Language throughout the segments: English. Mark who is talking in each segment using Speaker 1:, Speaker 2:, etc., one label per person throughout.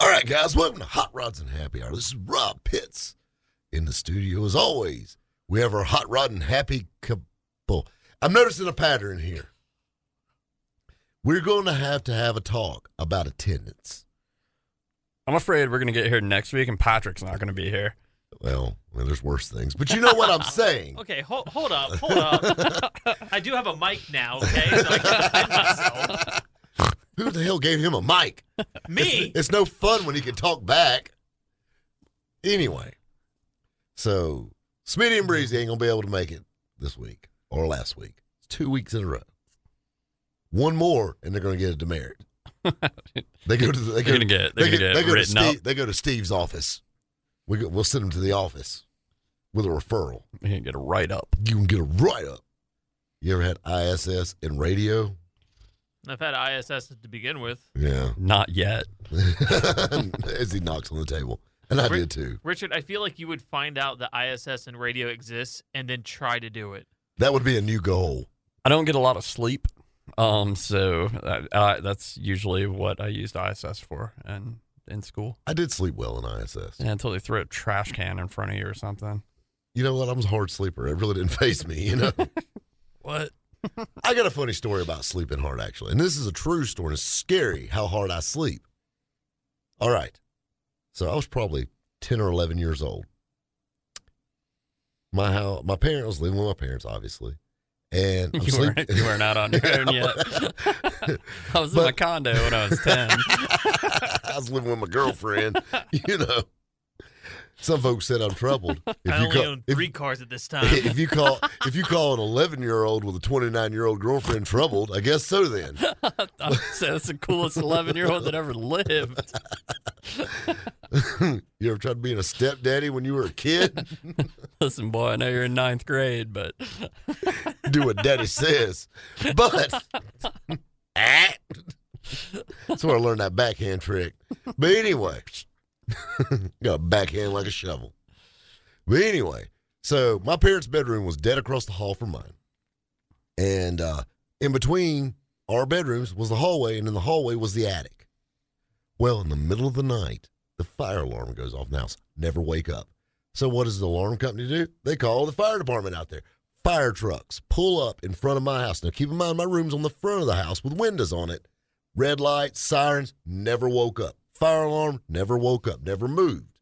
Speaker 1: All right, guys, welcome to Hot Rods and Happy Hour. This is Rob Pitts in the studio as always. We have our Hot Rod and Happy couple. I'm noticing a pattern here. We're going to have to have a talk about attendance.
Speaker 2: I'm afraid we're going to get here next week and Patrick's not going to be here.
Speaker 1: Well, well, there's worse things, but you know what I'm saying.
Speaker 3: Okay, ho- hold up, hold up. I do have a mic now, okay? So I can defend myself.
Speaker 1: Who the hell gave him a mic?
Speaker 3: Me?
Speaker 1: It's no fun when he can talk back. Anyway, so Smitty and Breezy ain't gonna be able to make it this week or last week. It's two weeks in a row. One more, and they're gonna get a demerit. they go to the, they
Speaker 2: They're
Speaker 1: go,
Speaker 2: gonna get- they're
Speaker 1: they go-
Speaker 2: gonna get
Speaker 1: they go to
Speaker 2: written up.
Speaker 1: Steve, they go to Steve's office. We go, we'll send them to the office with a referral.
Speaker 2: We're going to get a write up.
Speaker 1: You can get a write up. You ever had ISS in radio?
Speaker 3: I've had ISS to begin with.
Speaker 1: Yeah,
Speaker 2: Not yet.
Speaker 1: as he knocks on the table, and I
Speaker 3: Re-
Speaker 1: did too.
Speaker 3: Richard, I feel like you would find out that ISS and radio exists and then try to do it.
Speaker 1: That would be a new goal.
Speaker 2: I don't get a lot of sleep. Um, so I, I, that's usually what I used ISS for and in school.
Speaker 1: I did sleep well in ISS.
Speaker 2: Yeah, until they threw a trash can in front of you or something.
Speaker 1: You know what? I'm a hard sleeper. It really didn't face me. You know,
Speaker 2: What?
Speaker 1: I got a funny story about sleeping hard actually, and this is a true story. It's scary how hard I sleep. All right, so I was probably ten or eleven years old. My house, my parents I was living with my parents, obviously, and I'm
Speaker 2: You
Speaker 1: sleep-
Speaker 2: weren't, you weren't out on your own yet. I was in my
Speaker 1: But-
Speaker 2: condo when I was 10.
Speaker 1: I was living with my girlfriend. you know, some folks said I'm troubled. If
Speaker 3: I
Speaker 1: you
Speaker 3: only
Speaker 1: call-
Speaker 3: own
Speaker 1: if-
Speaker 3: three cars at this time.
Speaker 1: if you call if you call an 11 year old with a 29 year old girlfriend troubled, I guess so. Then
Speaker 2: so that's the coolest 11 year old that ever lived.
Speaker 1: you ever tried being a stepdaddy when you were a kid?
Speaker 2: Listen, boy, I know you're in ninth grade, but
Speaker 1: Do what daddy says, but Ah. that's where I learned that backhand trick. But anyway, got a backhand like a shovel. But anyway, so my parents' bedroom was dead across the hall from mine, and uh, in between our bedrooms was the hallway, and in the hallway was the attic. Well, in the middle of the night, the fire alarm goes off in the house. Never wake up. So what does the alarm company do? They call the fire department out there. Fire trucks pull up in front of my house. Now keep in mind my room's on the front of the house with windows on it. Red lights, sirens, never woke up. Fire alarm, never woke up, never moved.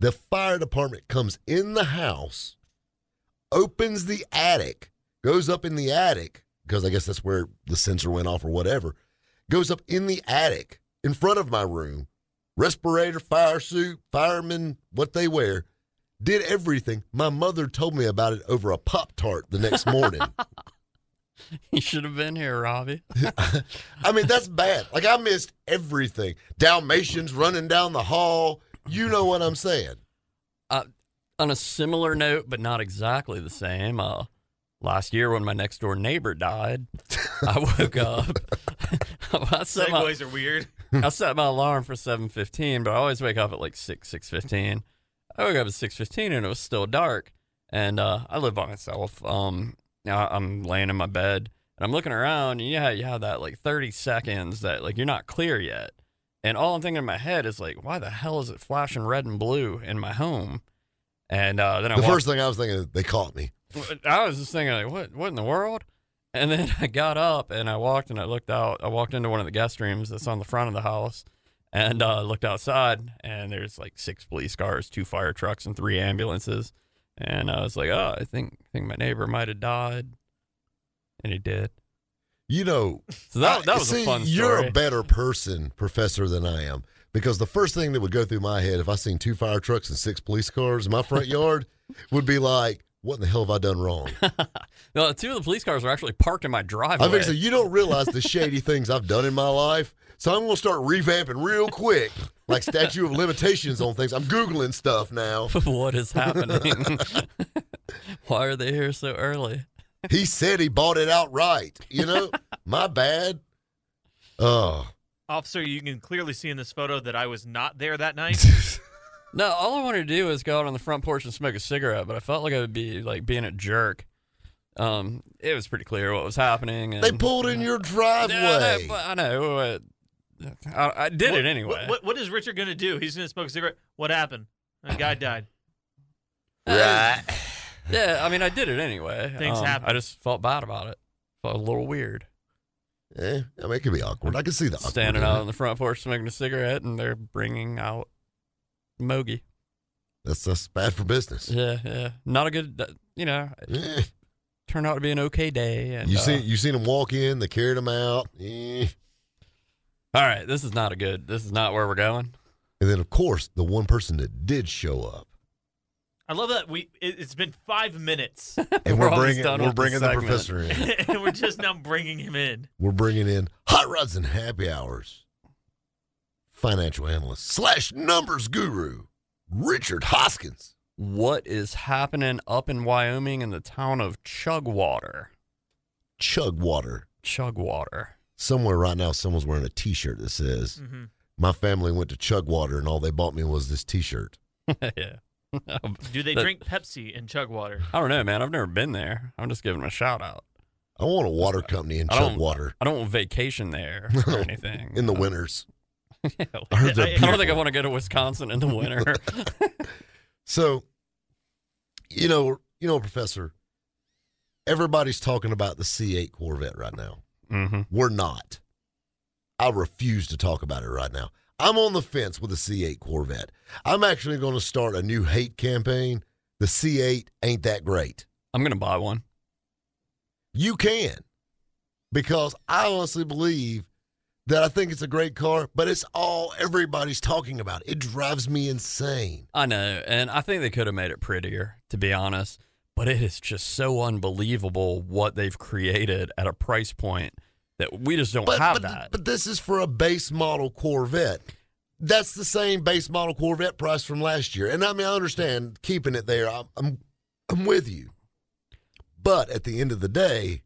Speaker 1: The fire department comes in the house, opens the attic, goes up in the attic, because I guess that's where the sensor went off or whatever, goes up in the attic in front of my room, respirator, fire suit, fireman, what they wear, did everything. My mother told me about it over a Pop Tart the next morning.
Speaker 2: you should have been here, Robbie.
Speaker 1: I mean, that's bad. Like I missed everything. Dalmatians running down the hall. You know what I'm saying?
Speaker 2: uh, on a similar note, but not exactly the same. Uh, last year, when my next door neighbor died, I woke up. I, set my,
Speaker 3: Segways are weird.
Speaker 2: I set my alarm for seven fifteen, but I always wake up at like six six fifteen. I woke up at six fifteen, and it was still dark. And uh, I live by myself. Um, now I'm laying in my bed, and I'm looking around. And yeah, you have that like thirty seconds that like you're not clear yet. And all I'm thinking in my head is like, why the hell is it flashing red and blue in my home? And uh, then I
Speaker 1: The
Speaker 2: walked-
Speaker 1: first thing I was thinking, they caught me.
Speaker 2: I was just thinking, like, what, what in the world? And then I got up and I walked and I looked out. I walked into one of the guest rooms that's on the front of the house, and uh, looked outside, and there's like six police cars, two fire trucks, and three ambulances. And I was like, oh, I think I think my neighbor might have died, and he did.
Speaker 1: You know,
Speaker 2: So that that
Speaker 1: I-
Speaker 2: was
Speaker 1: see,
Speaker 2: a fun story.
Speaker 1: You're a better person, professor, than I am because the first thing that would go through my head if I seen two fire trucks and six police cars in my front yard would be like, what in the hell have I done wrong?
Speaker 2: No, two of the police cars were actually parked in my driveway.
Speaker 1: I think so. You don't realize the shady things I've done in my life. So I'm going to start revamping real quick, like statute of limitations on things. I'm Googling stuff now.
Speaker 2: what is happening? Why are they here so early?
Speaker 1: He said he bought it outright. You know, my bad. Oh,
Speaker 3: Officer, you can clearly see in this photo that I was not there that night.
Speaker 2: No, all I wanted to do was go out on the front porch and smoke a cigarette, but I felt like I would be like being a jerk. Um, it was pretty clear what was happening. And
Speaker 1: they pulled in your driveway.
Speaker 2: Yeah, I know, but I know. uh, I, I did it anyway.
Speaker 3: What, what, what is Richard going to do? He's going to smoke a cigarette. What happened? A guy died.
Speaker 1: Right.
Speaker 2: Yeah, I mean, I did it anyway. Um,
Speaker 3: Things happen.
Speaker 2: I just felt bad about it. Felt a little weird.
Speaker 1: Eh, I mean, it could be awkward. I can see the awkward.
Speaker 2: Standing out on the front porch smoking a cigarette, and they're bringing out Mogi.
Speaker 1: That's that's bad for business.
Speaker 2: Yeah, yeah. Not a good, that- you know, it
Speaker 1: Eh.
Speaker 2: turned out to be an okay day. And,
Speaker 1: You
Speaker 2: uh,
Speaker 1: seen you seen him walk in. They carried him out. Eh.
Speaker 2: uh, All right, this is not a good, this is not where we're going.
Speaker 1: And then, of course, the one person that did show up,
Speaker 3: I love that we. It, it's been five minutes,
Speaker 1: and
Speaker 2: We're
Speaker 1: we're,
Speaker 2: almost
Speaker 1: bringing
Speaker 2: done
Speaker 1: we're
Speaker 2: with the
Speaker 1: bringing the,
Speaker 2: segment.
Speaker 1: professor in.
Speaker 3: and we're just now bringing him in.
Speaker 1: We're bringing in hot rods and happy hours. Financial analyst slash numbers guru Richard Hoskins.
Speaker 2: What is happening up in Wyoming in the town of Chugwater?
Speaker 1: Chug water.
Speaker 2: Chugwater.
Speaker 1: Somewhere right now, someone's wearing a T-shirt that says,
Speaker 3: hmm
Speaker 1: "My family went to Chug Water, and all they bought me was this T-shirt."
Speaker 2: yeah.
Speaker 3: Do they
Speaker 2: That-
Speaker 3: drink Pepsi and chug water?
Speaker 2: I don't know, man. I've never been there. I'm just giving them a shout out.
Speaker 1: I want a water company in
Speaker 2: I
Speaker 1: Chug
Speaker 2: don't-
Speaker 1: Water
Speaker 2: I don't want vacation there or anything.
Speaker 1: in the
Speaker 2: Uh,
Speaker 1: winters.
Speaker 2: yeah,
Speaker 1: I heard
Speaker 3: I-
Speaker 1: that.
Speaker 3: I
Speaker 2: I don't think I want to go to Wisconsin in the winter.
Speaker 1: So, you know, you know, Professor, everybody's talking about the C8 Corvette right now.
Speaker 2: hmm
Speaker 1: We're not. I refuse to talk about it right now. I'm on the fence with the C8 Corvette. I'm actually going to start a new hate campaign. The C8 ain't that great.
Speaker 2: I'm gonna buy one.
Speaker 1: You can, because I honestly believe that I think it's a great car, but it's all everybody's talking about. It drives me insane.
Speaker 2: I know, and I think they could have made it prettier, to be honest. But it is just so unbelievable what they've created at a price point that we just don't have
Speaker 1: but,
Speaker 2: that.
Speaker 1: But this is for a base model Corvette. That's the same base model Corvette price from last year. And I mean, I understand keeping it there. I'm, I'm, I'm with you. But at the end of the day,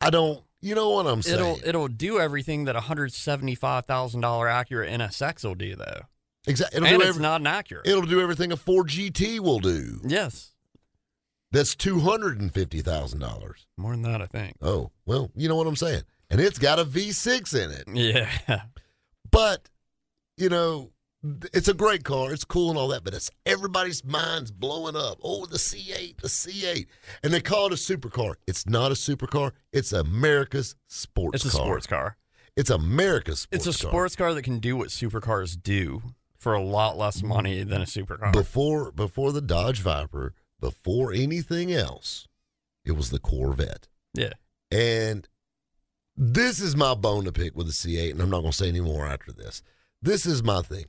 Speaker 1: I don't. You know what I'm saying?
Speaker 2: it'll it'll do everything that a hundred seventy five thousand dollar Acura NSX will do, though,
Speaker 1: exactly.
Speaker 2: and
Speaker 1: It'll, do
Speaker 2: it's
Speaker 1: every-
Speaker 2: not an Acura.
Speaker 1: it'll do everything a Ford GT will do.
Speaker 2: yes,
Speaker 1: That's two hundred and fifty thousand dollars.
Speaker 2: more than that, I think.
Speaker 1: Oh well, you know what I'm saying. And it's got a V6 in it.
Speaker 2: Yeah,
Speaker 1: But you know, th- it's a great car. It's cool and all that, but it's everybody's minds blowing up. Oh, the C8, the C8, and they call it a supercar. It's not a supercar. It's America's sports
Speaker 2: it's a
Speaker 1: car.
Speaker 2: sports car.
Speaker 1: It's America's sports.
Speaker 2: It's a
Speaker 1: car.
Speaker 2: sports car that can do what supercars do for a lot less money than a supercar.
Speaker 1: Before before the Dodge Viper, before anything else, it was the Corvette.
Speaker 2: yeah,
Speaker 1: And this is my bone to pick with the C8, and I'm not going to say any more after this. This is my thing.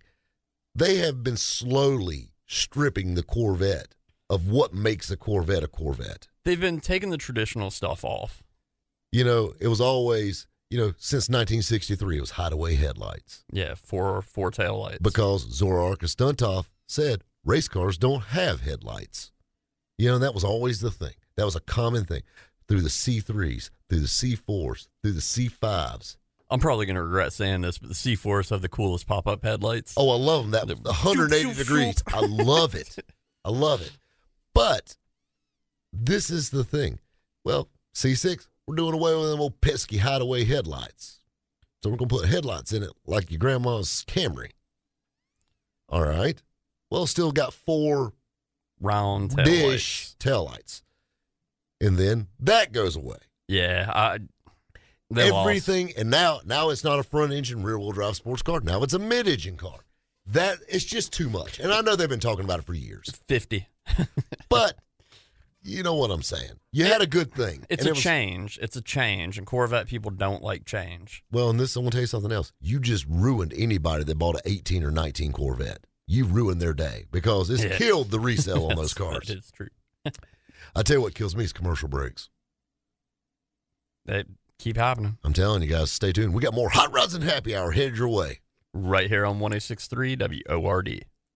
Speaker 1: They have been slowly stripping the Corvette of what makes a Corvette a Corvette.
Speaker 2: they've been taking the traditional stuff off.
Speaker 1: You know, it was always, you know, since 1963, it was hideaway headlights
Speaker 2: Yeah, four four tail lights.
Speaker 1: because Zora Arkastuntov said race cars don't have headlights. You know, that was always the thing. That was a common thing through the C3s, through the C4s, through the C5s.
Speaker 2: I'm probably gonna regret saying this, but the C4s have the coolest pop up headlights.
Speaker 1: Oh, I love them.
Speaker 2: The-
Speaker 1: That 180
Speaker 2: shoop, shoop,
Speaker 1: degrees.
Speaker 2: shoop.
Speaker 1: I love it. I love it. But this is the thing. Well, C6, we're doing away with them old pesky hideaway headlights. So we're gonna put headlights in it like your grandma's Camry. All right. Well, still got four
Speaker 2: round tail
Speaker 1: dish taillights. And then that goes away.
Speaker 2: Yeah, I. They lost.
Speaker 1: Everything and now now it's not a front engine rear wheel drive sports car. Now it's a mid engine car. That it's just too much. And I know they've been talking about it for years.
Speaker 2: fifty.
Speaker 1: But you know what I'm saying. You had a good thing.
Speaker 2: It's
Speaker 1: And
Speaker 2: a
Speaker 1: it was-
Speaker 2: change. It's a change, and Corvette people don't like change.
Speaker 1: Well, and this I'm gonna tell you something else. You just ruined anybody that bought an 18 or 19 Corvette. you ruined their day because it's
Speaker 2: Yeah.
Speaker 1: killed the resale on those
Speaker 2: That's-
Speaker 1: cars.
Speaker 2: That is true.
Speaker 1: I tell you what kills me is commercial breaks.
Speaker 2: They keep happening.
Speaker 1: I'm telling you guys, stay tuned. We got more Hot Rods and Happy Hour headed your way.
Speaker 2: Right here on 1063 WORD.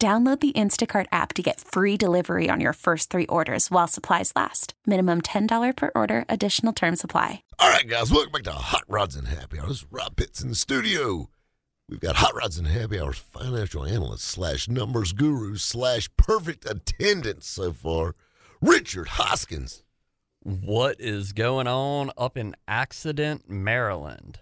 Speaker 4: Download the Instacart app to get free delivery on your first three orders while supplies last. Minimum $10 per order, additional term supply.
Speaker 1: All right, guys, welcome back to Hot Rods and Happy Hour. This is Rob Pitts in the studio. We've got Hot Rods and Happy Hours financial analyst slash numbers guru slash perfect attendance so far, Richard Hoskins.
Speaker 2: What is going on up in Accident, Maryland?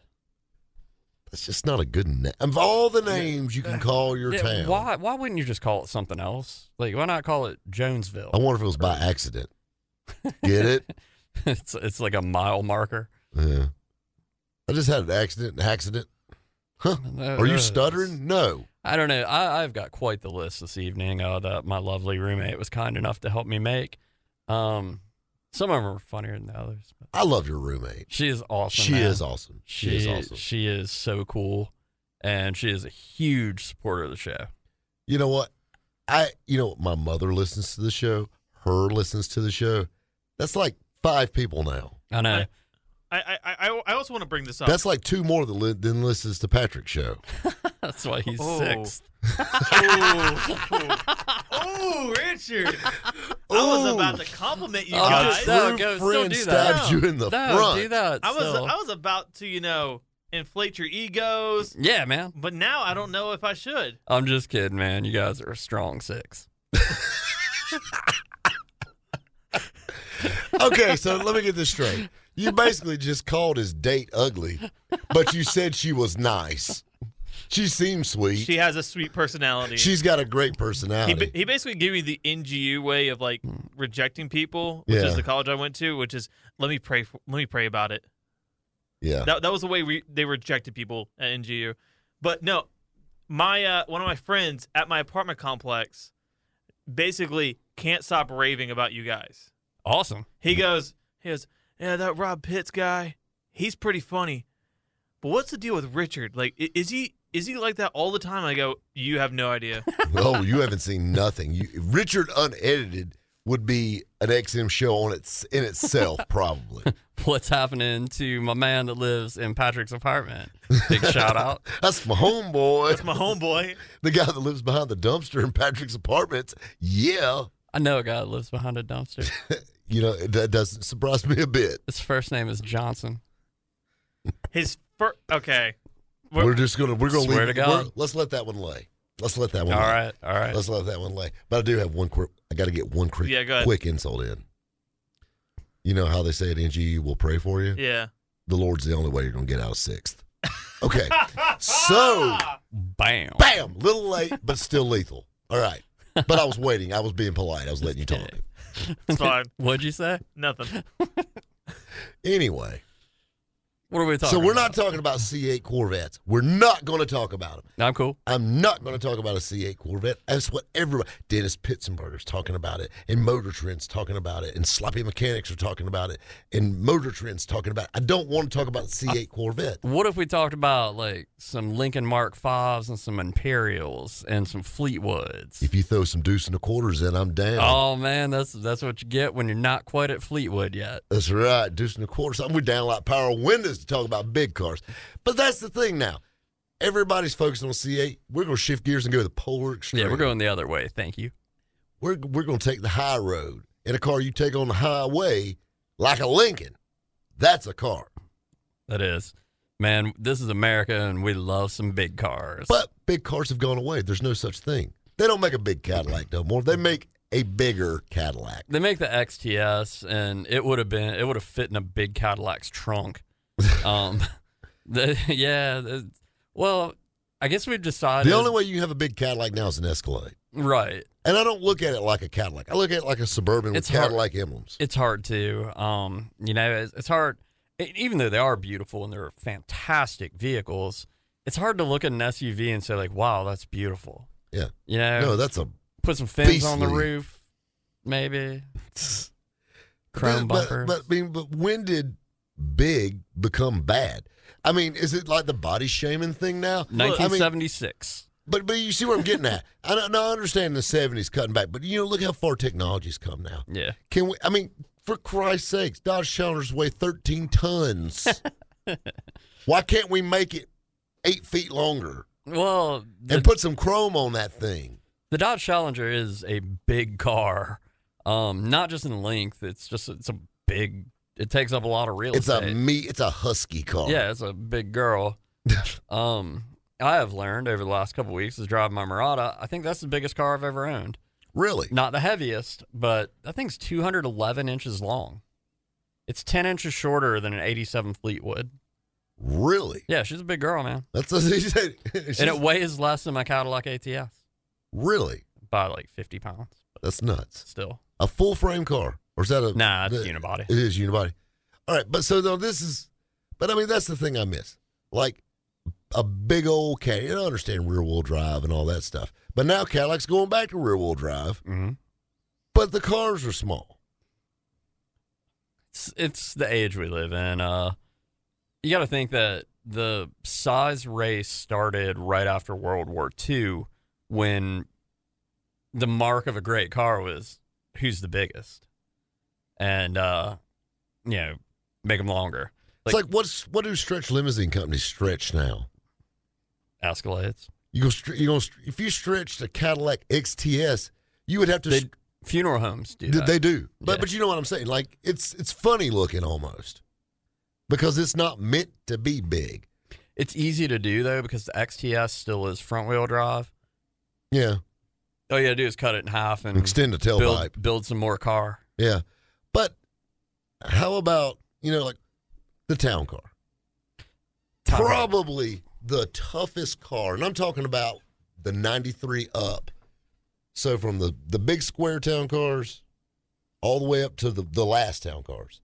Speaker 1: That's just not a good name. Of all the names you can call your
Speaker 2: Yeah,
Speaker 1: town,
Speaker 2: Why, why wouldn't you just call it something else? Like, why not call it Jonesville?
Speaker 1: I wonder if it was by accident. Get it?
Speaker 2: it's, it's like a mile marker.
Speaker 1: yeah. I just had an accident. An accident. Huh?
Speaker 2: No,
Speaker 1: Are
Speaker 2: no,
Speaker 1: you stuttering? No.
Speaker 2: I don't know. I, I've got quite the list this evening uh, that my lovely roommate was kind enough to help me make. Um, some of them are funnier than the others. But
Speaker 1: I love your roommate.
Speaker 2: she is awesome.
Speaker 1: she
Speaker 2: man.
Speaker 1: is awesome. She, is awesome.
Speaker 2: She is so cool, and she is a huge supporter of the show.
Speaker 1: You know what? I you know my mother listens to the show. Her listens to the show. That's like five people now.
Speaker 2: I know.
Speaker 3: I, I, I, I also want to bring this up.
Speaker 1: That's like two more than, li- than listens to Patrick's show.
Speaker 2: That's why he's
Speaker 3: Oh.
Speaker 2: sixth.
Speaker 3: oh, oh, Richard. I was about to compliment you
Speaker 1: Uh,
Speaker 2: Oh,
Speaker 3: guys.
Speaker 2: just- no,
Speaker 1: Your
Speaker 2: go- still
Speaker 1: friend
Speaker 2: do that.
Speaker 1: stabs you in the
Speaker 2: no,
Speaker 1: front.
Speaker 2: do that.
Speaker 3: I was
Speaker 2: still.
Speaker 3: I was about to, you know, inflate your egos,
Speaker 2: yeah, man.
Speaker 3: but now I don't know if I should.
Speaker 2: I'm just kidding, man. You guys are a strong six.
Speaker 1: Okay, so let me get this straight. You basically just called his date ugly, but you said she was nice. She seems sweet.
Speaker 3: She has a sweet personality.
Speaker 1: She's got a great
Speaker 3: he,
Speaker 1: personality.
Speaker 3: ba- he basically gave me the NGU way of like rejecting people, which
Speaker 1: Hmm. Yeah.
Speaker 3: is the college I went to, which is let me pray for, let me pray about it.
Speaker 1: yeah.
Speaker 3: That, that was the way we they rejected people at NGU. But no, my uh, one of my friends at my apartment complex basically can't stop raving about you guys.
Speaker 2: Awesome.
Speaker 3: He goes, he goes, yeah, that Rob Pitts guy, he's pretty funny. But what's the deal with Richard? Like, i- is he is he like that all the time? I go, you have no idea.
Speaker 1: Oh, you haven't seen nothing. You, Richard unedited would be an XM show on its in itself, probably.
Speaker 2: What's happening to my man that lives in Patrick's apartment? Big shout out.
Speaker 1: That's my homeboy,
Speaker 3: That's my homeboy.
Speaker 1: the guy that lives behind the dumpster in Patrick's apartments. Yeah,
Speaker 2: I know a guy that lives behind a dumpster.
Speaker 1: you know that doesn't surprise me a bit.
Speaker 2: His first name is Johnson.
Speaker 3: His first. Okay.
Speaker 1: We're,
Speaker 3: We're-
Speaker 1: just gonna we're gonna
Speaker 2: Swear
Speaker 1: leave,
Speaker 2: to God.
Speaker 1: we're- Let's let that one lay. Let's let that
Speaker 2: All
Speaker 1: one. lay.
Speaker 2: right, all right.
Speaker 1: Let's let that one lay. But I do have one quick. I got to get one quick.
Speaker 3: Yeah, go ahead.
Speaker 1: quick insult in. You know how they say at NGU will pray for you.
Speaker 3: Yeah.
Speaker 1: The Lord's the only way you're gonna get out of sixth. Okay, so
Speaker 2: Bam.
Speaker 1: bam, little late, but still lethal. All right, but I was waiting. I was being polite. I was letting you talk.
Speaker 3: It's fine.
Speaker 2: What'd you say?
Speaker 3: Nothing.
Speaker 1: Anyway,
Speaker 2: What are we talking?
Speaker 1: so we're
Speaker 2: about?
Speaker 1: not talking about C8 Corvettes. We're not going to talk about them.
Speaker 2: I'm cool.
Speaker 1: I'm not going to talk about a C8 Corvette. That's what everybody. Dennis Pitzenberger's talking about it, and Motor Trend's talking about it, and Sloppy Mechanics are talking about it, and Motor Trend's talking about. it. I don't want to talk about C8 Corvette.
Speaker 2: What if we talked about like some Lincoln Mark Fives and some Imperials and some Fleetwoods?
Speaker 1: If you throw some deuce and a quarters in, I'm down.
Speaker 2: Oh man, that's that's what you get when you're not quite at Fleetwood yet.
Speaker 1: That's right, deuce and a quarter. Something we down like power windows to talk about big cars. But that's the thing now. Everybody's focusing on C8. We're going to shift gears and go to the polar extreme.
Speaker 2: Yeah, we're going the other way. Thank you.
Speaker 1: We're, we're going to take the high road. And a car you take on the highway, like a Lincoln, that's a car.
Speaker 2: That is, man. This is America, and we love some big cars.
Speaker 1: But big cars have gone away. There's no such thing. They don't make a big Cadillac no more. They make a bigger Cadillac.
Speaker 2: they make the XTS, and it would have been it would have fit in a big Cadillac's trunk. Um, the, yeah. the- well, I guess we've decided
Speaker 1: The only way you can have a big Cadillac now is an Escalade.
Speaker 2: Right.
Speaker 1: And I don't look at it like a Cadillac. I look at it like a Suburban with
Speaker 2: It's hard.
Speaker 1: Cadillac emblems.
Speaker 2: It's hard to, um, you know, it's, it's hard. e- even though they are beautiful and they're fantastic vehicles, it's hard to look at an SUV and say like, "Wow, that's beautiful."
Speaker 1: Yeah.
Speaker 2: You know,
Speaker 1: No, that's a
Speaker 2: put some fins on the
Speaker 1: beastly.
Speaker 2: roof, maybe chrome
Speaker 1: but,
Speaker 2: bumpers.
Speaker 1: But, but, I mean, but when did big become bad? I mean, is it like the body shaming thing now?
Speaker 3: Look,
Speaker 1: I mean,
Speaker 2: 1976.
Speaker 1: But but you see where I'm getting at. I don't no, I understand the '70s cutting back, but you know, look how far technology's come now.
Speaker 2: yeah.
Speaker 1: Can we? I mean, for Christ's sakes, Dodge Challengers weigh 13 tons. Why can't we make it eight feet longer
Speaker 2: Well, the,
Speaker 1: and put some chrome on that thing?
Speaker 2: the Dodge Challenger is a big car. Um, not just in length. It's just it's a big. It takes up a lot of real
Speaker 1: It's
Speaker 2: estate.
Speaker 1: a me. It's a husky car.
Speaker 2: Yeah, it's a big girl. um, I have learned over the last couple weeks is driving my Murata. I think that's the biggest car I've ever owned.
Speaker 1: really.
Speaker 2: Not the heaviest, but that thing's 211 inches long. It's 10 inches shorter than an 87 Fleetwood.
Speaker 1: Really?
Speaker 2: Yeah, she's a big girl, man.
Speaker 1: That's what he said. She's-
Speaker 2: and it weighs less than my Cadillac ATS
Speaker 1: really?
Speaker 2: by like 50 pounds
Speaker 1: That's nuts.
Speaker 2: still.
Speaker 1: A full frame car, or is that a?
Speaker 2: Nah, it's
Speaker 1: the-
Speaker 2: unibody.
Speaker 1: It is unibody. All right, but so though this is, but I mean that's the thing I miss, like a big old cat. And I understand rear wheel drive and all that stuff, but now Cadillac's going back to rear wheel drive,
Speaker 2: Mm-hmm.
Speaker 1: but the cars are small.
Speaker 2: It's, it's the age we live in. Uh, you got to think that the size race started right after World War II when the mark of a great car was who's the biggest and, uh, you know, make them longer.
Speaker 1: It's like what's what do stretch limousine companies stretch now?
Speaker 2: Escalades.
Speaker 1: You go str- you go str- if you stretched a Cadillac XTS, you would have to.
Speaker 2: They,
Speaker 1: str-
Speaker 2: funeral homes do
Speaker 1: Th-
Speaker 2: that.
Speaker 1: They do, but
Speaker 2: Yeah.
Speaker 1: but you know what I'm saying? Like it's it's funny looking almost because it's not meant to be big.
Speaker 2: It's easy to do, though, because the XTS still is front wheel drive.
Speaker 1: Yeah,
Speaker 2: All you got to do is cut it in half and
Speaker 1: extend the tailpipe.
Speaker 2: build, build some more car.
Speaker 1: Yeah, but how about you know like the town car?
Speaker 2: Town car.
Speaker 1: Probably the toughest car, and I'm talking about the '93 up. So from the the big square town cars, all the way up to the the last town cars.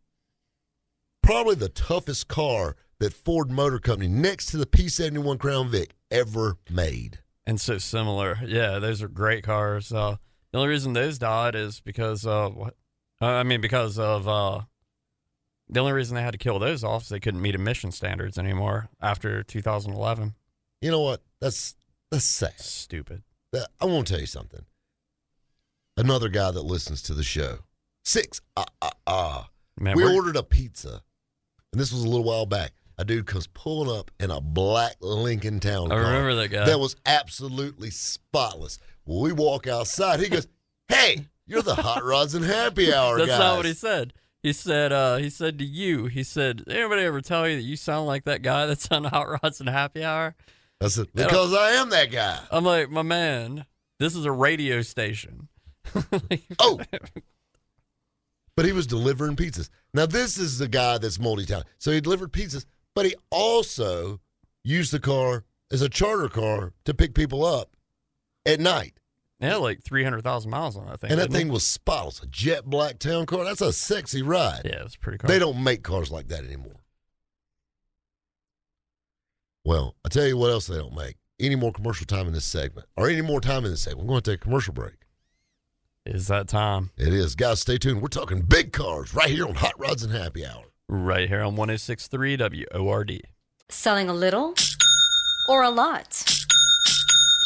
Speaker 1: Probably the toughest car that Ford Motor Company, next to the P71 Crown Vic, ever made.
Speaker 2: and so similar. Yeah, those are great cars. Uh, the only reason those died is because uh, what? Uh, I mean, because of uh, the only reason they had to kill those off is they couldn't meet emission standards anymore after 2011.
Speaker 1: You know what? That's that's sad.
Speaker 2: Stupid.
Speaker 1: that I want to tell you something. Another guy that listens to the show, six. Ah ah ah.
Speaker 2: Man,
Speaker 1: we
Speaker 2: we're-
Speaker 1: ordered a pizza, and this was a little while back. A dude comes pulling up in a black Lincoln Town
Speaker 2: I
Speaker 1: car
Speaker 2: remember that guy.
Speaker 1: Oh, that was absolutely spotless. Well, we walk outside. He goes, "Hey, you're the hot rods and happy hour
Speaker 2: That's
Speaker 1: guys."
Speaker 2: not what he said. He said. Uh, he said to you. He said, "Did "Anybody ever tell you that you sound like that guy that's on Hot Rods and Happy Hour?"
Speaker 1: I said, because I am that guy.
Speaker 2: I'm like, my man, this is a radio station.
Speaker 1: Oh. But he was delivering pizzas. Now this is the guy that's multi-talented. So he delivered pizzas, but he also used the car as a charter car to pick people up at night.
Speaker 2: yeah, like 300,000 miles on that thing.
Speaker 1: and that
Speaker 2: didn't it?
Speaker 1: thing was spotless, a jet black town car. That's a sexy ride.
Speaker 2: Yeah, it was pretty cool.
Speaker 1: They don't make cars like that anymore. Well, I tell you what else they don't make. Any more commercial time in this segment, or any more time in this segment. We're going to take a commercial break.
Speaker 2: Is that time
Speaker 1: It is. Guys, stay tuned. We're talking big cars right here on Hot Rods and Happy Hour.
Speaker 2: right here on 1063 WORD?
Speaker 5: Selling a little or a lot?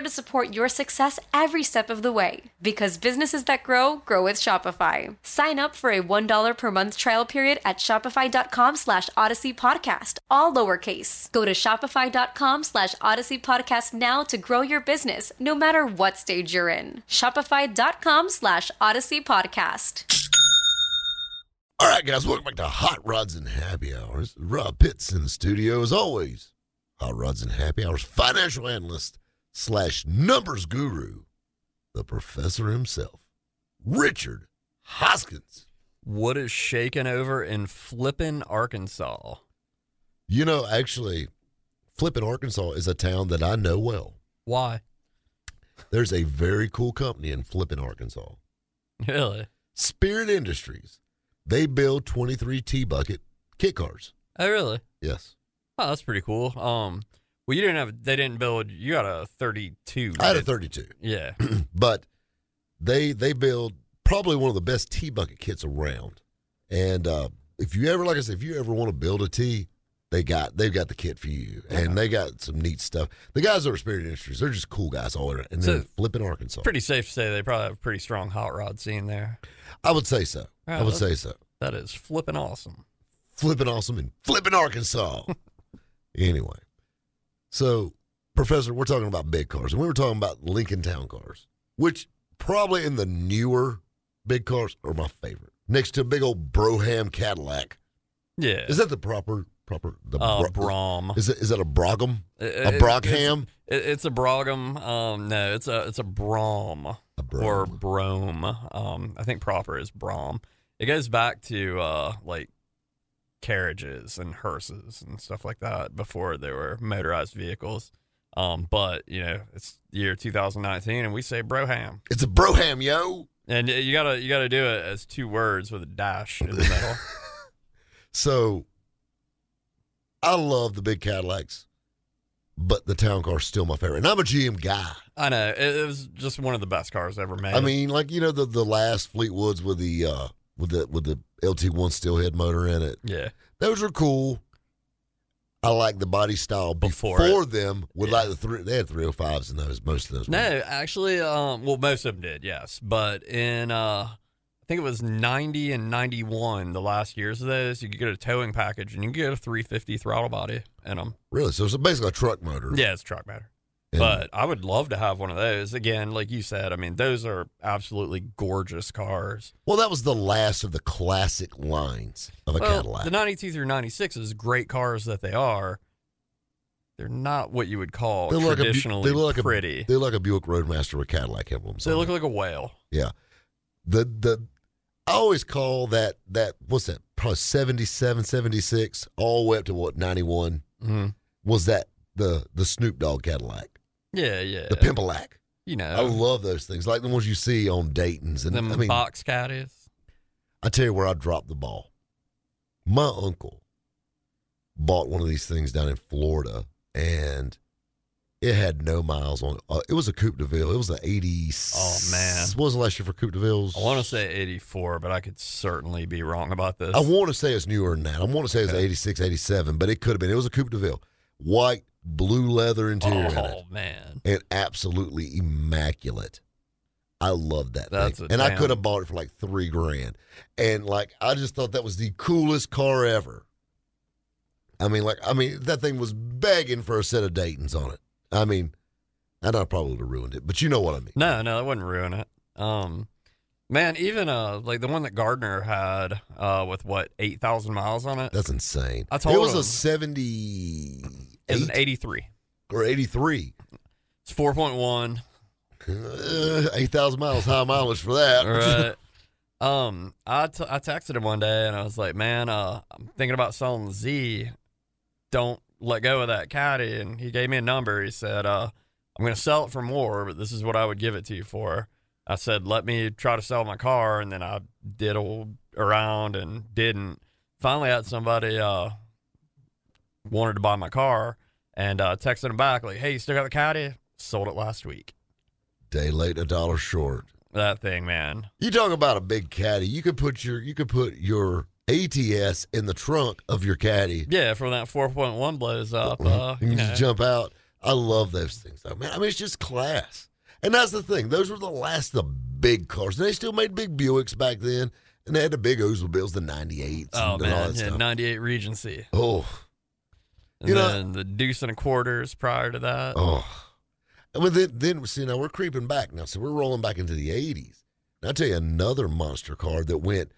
Speaker 5: to support your success every step of the way. Because businesses that grow, grow with Shopify. Sign up for a $1 per month trial period at shopify.com slash odyssey podcast, all lowercase. Go to shopify.com slash odyssey podcast now to grow your business, no matter what stage you're in. Shopify.com slash odyssey podcast.
Speaker 1: All right, guys, welcome back to Hot Rods and Happy Hours. Rob Pitts in the studio, as always. Hot Rods and Happy Hours financial analyst slash numbers guru, the professor himself, Richard Hoskins.
Speaker 2: What is shaking over in flippin' Arkansas?
Speaker 1: You know, actually, Flippin' Arkansas is a town that I know well.
Speaker 2: Why?
Speaker 1: There's a very cool company in Flippin', Arkansas,
Speaker 2: Really?
Speaker 1: Spirit Industries. They build 23 T bucket kit cars.
Speaker 2: Oh, really?
Speaker 1: Yes.
Speaker 2: Oh, that's pretty cool. Um, well, you didn't have. They didn't build. You got a thirty-two.
Speaker 1: I had a
Speaker 2: right?
Speaker 1: 32.
Speaker 2: Yeah.
Speaker 1: but they they build probably one of the best tea bucket kits around. And uh, if you ever, like I said, if you ever want to build a tea, they got they've got the kit for you, and they got some neat stuff. The guys over at Spirit Industries, they're just cool guys all around, and
Speaker 2: So-
Speaker 1: they're flipping Arkansas.
Speaker 2: pretty safe to say they probably have a pretty strong hot rod scene there.
Speaker 1: I would say so. I
Speaker 2: Alright,
Speaker 1: would
Speaker 2: let's-
Speaker 1: say so.
Speaker 2: That is flippin' awesome.
Speaker 1: Flipping awesome and flipping Arkansas. anyway, so Professor, we're talking about big cars, and we were talking about Lincoln Town cars, which probably in the newer big cars are my favorite, next to a big old Broham Cadillac.
Speaker 2: Yeah.
Speaker 1: Is that the proper proper the
Speaker 2: uh,
Speaker 1: Bro-
Speaker 2: Brom?
Speaker 1: Is it is that a Brougham?
Speaker 2: It-
Speaker 1: a
Speaker 2: it-
Speaker 1: Brockham?
Speaker 2: It, it's a Brougham. Um, no, it's a it's a Brom
Speaker 1: A
Speaker 2: or
Speaker 1: Brougham.
Speaker 2: Brome. Um, I think proper is Brom. It goes back to uh like carriages and hearses and stuff like that before there were motorized vehicles. Um, but you know it's the year 2019 and we say Broham,
Speaker 1: It's a Broham, yo.
Speaker 2: and y- you gotta you gotta do it as two words with a dash in the middle.
Speaker 1: So I love the big Cadillacs, but the town car's still my favorite. And I'm a GM guy.
Speaker 2: I know it, it was just one of the best cars ever made.
Speaker 1: I mean, like you know the the last Fleetwoods with the uh with the with the LT one steelhead motor in it.
Speaker 2: yeah.
Speaker 1: Those are cool. I like the body style
Speaker 2: Before
Speaker 1: before, them. Would
Speaker 2: Yeah.
Speaker 1: like the three. They had three hundred fives in those. Most of those.
Speaker 2: No,
Speaker 1: were.
Speaker 2: actually, um, well, most of them did, yes. But in, uh, I think it was 90 and 91, the last years of those, you could get a towing package and you could get a 350 throttle body in them.
Speaker 1: really. So it's basically a truck motor.
Speaker 2: Yeah, it's truck matter.
Speaker 1: And-
Speaker 2: But I would love to have one of those. Again, like you said, I mean, those are absolutely gorgeous cars.
Speaker 1: well, that was the last of the classic lines of a Cadillac.
Speaker 2: The 92 through 96 is great cars that they are. They're not what you would call
Speaker 1: They look like a Bu-
Speaker 2: traditionally
Speaker 1: they look like a-
Speaker 2: pretty.
Speaker 1: they look like a Buick Roadmaster with Cadillac emblems.
Speaker 2: so they
Speaker 1: on
Speaker 2: look
Speaker 1: it.
Speaker 2: like a whale.
Speaker 1: yeah. The the I always call that that what's that probably 77, 76, all the way up to what ninety one.
Speaker 2: hmm
Speaker 1: was that the the Snoop Dogg Cadillac,
Speaker 2: Yeah, yeah.
Speaker 1: the Pimpalac.
Speaker 2: you know.
Speaker 1: I love those things, like the ones you see on Dayton's. And
Speaker 2: them
Speaker 1: I mean,
Speaker 2: box caddies.
Speaker 1: I tell you where I dropped the ball. My uncle bought one of these things down in Florida, and it had no miles on it. Uh, it was a Coupe de Ville. It was an eighty.
Speaker 2: Oh, man.
Speaker 1: what was the last year for Coupe de Villes?
Speaker 2: I want to say 84, but I could certainly be wrong about this.
Speaker 1: I want to say it's newer than that. I want to say it's
Speaker 2: Okay.
Speaker 1: 86, 87, but it could have been. It was a Coupe de Ville, white, blue leather interior. in it.
Speaker 2: oh man,
Speaker 1: and absolutely immaculate. I love that
Speaker 2: That's
Speaker 1: thing.
Speaker 2: a
Speaker 1: and I
Speaker 2: damn-
Speaker 1: could have bought it for like three grand. And like I just thought that was the coolest car ever. I mean, like I mean, that thing was begging for a set of Dayton's on it. I mean, I know I probably would have ruined it, but you know what I mean.
Speaker 2: no, no, that wouldn't ruin it. Um, man, even uh, like the one that Gardner had uh, with what 8,000 miles on it
Speaker 1: That's insane.
Speaker 2: I told
Speaker 1: it was
Speaker 2: him.
Speaker 1: a seventy
Speaker 2: is an
Speaker 1: eight
Speaker 2: 83.
Speaker 1: or eighty three.
Speaker 2: It's 4.1.
Speaker 1: Uh, eight thousand miles high mileage for that.
Speaker 2: Right. um, I, t- I texted him one day and I was like, man, uh, I'm thinking about selling the Z. Don't let go of that caddy. And he gave me a number. He said, uh, I'm going to sell it for more, but this is what I would give it to you for. I said, let me try to sell my car. And then I diddled around and didn't. Finally, I had somebody uh, wanted to buy my car and uh, texted him back, like, hey, you still got the Caddy? Sold it last week.
Speaker 1: Day late, a dollar short.
Speaker 2: That thing, man.
Speaker 1: You talk about a big caddy. You could put your you could put your ATS in the trunk of your caddy. Mm-hmm.
Speaker 2: Yeah, from that 4.1 blows up. Uh,
Speaker 1: you
Speaker 2: you
Speaker 1: can
Speaker 2: know,
Speaker 1: just jump out. I love those things. though, man. I mean, it's just class. And that's the thing. Those were the last of the big cars. And they still made big Buicks back then, and they had the big Oldsmobiles, the 98s,
Speaker 2: oh,
Speaker 1: and all
Speaker 2: man.
Speaker 1: that
Speaker 2: Yeah,
Speaker 1: stuff.
Speaker 2: 98 Regency.
Speaker 1: oh,
Speaker 2: And
Speaker 1: You know-
Speaker 2: then the deuce and a quarters prior to that.
Speaker 1: oh. And well, then, then see now we're creeping back now, so we're rolling back into the 80s. And I'll tell you another monster car that went.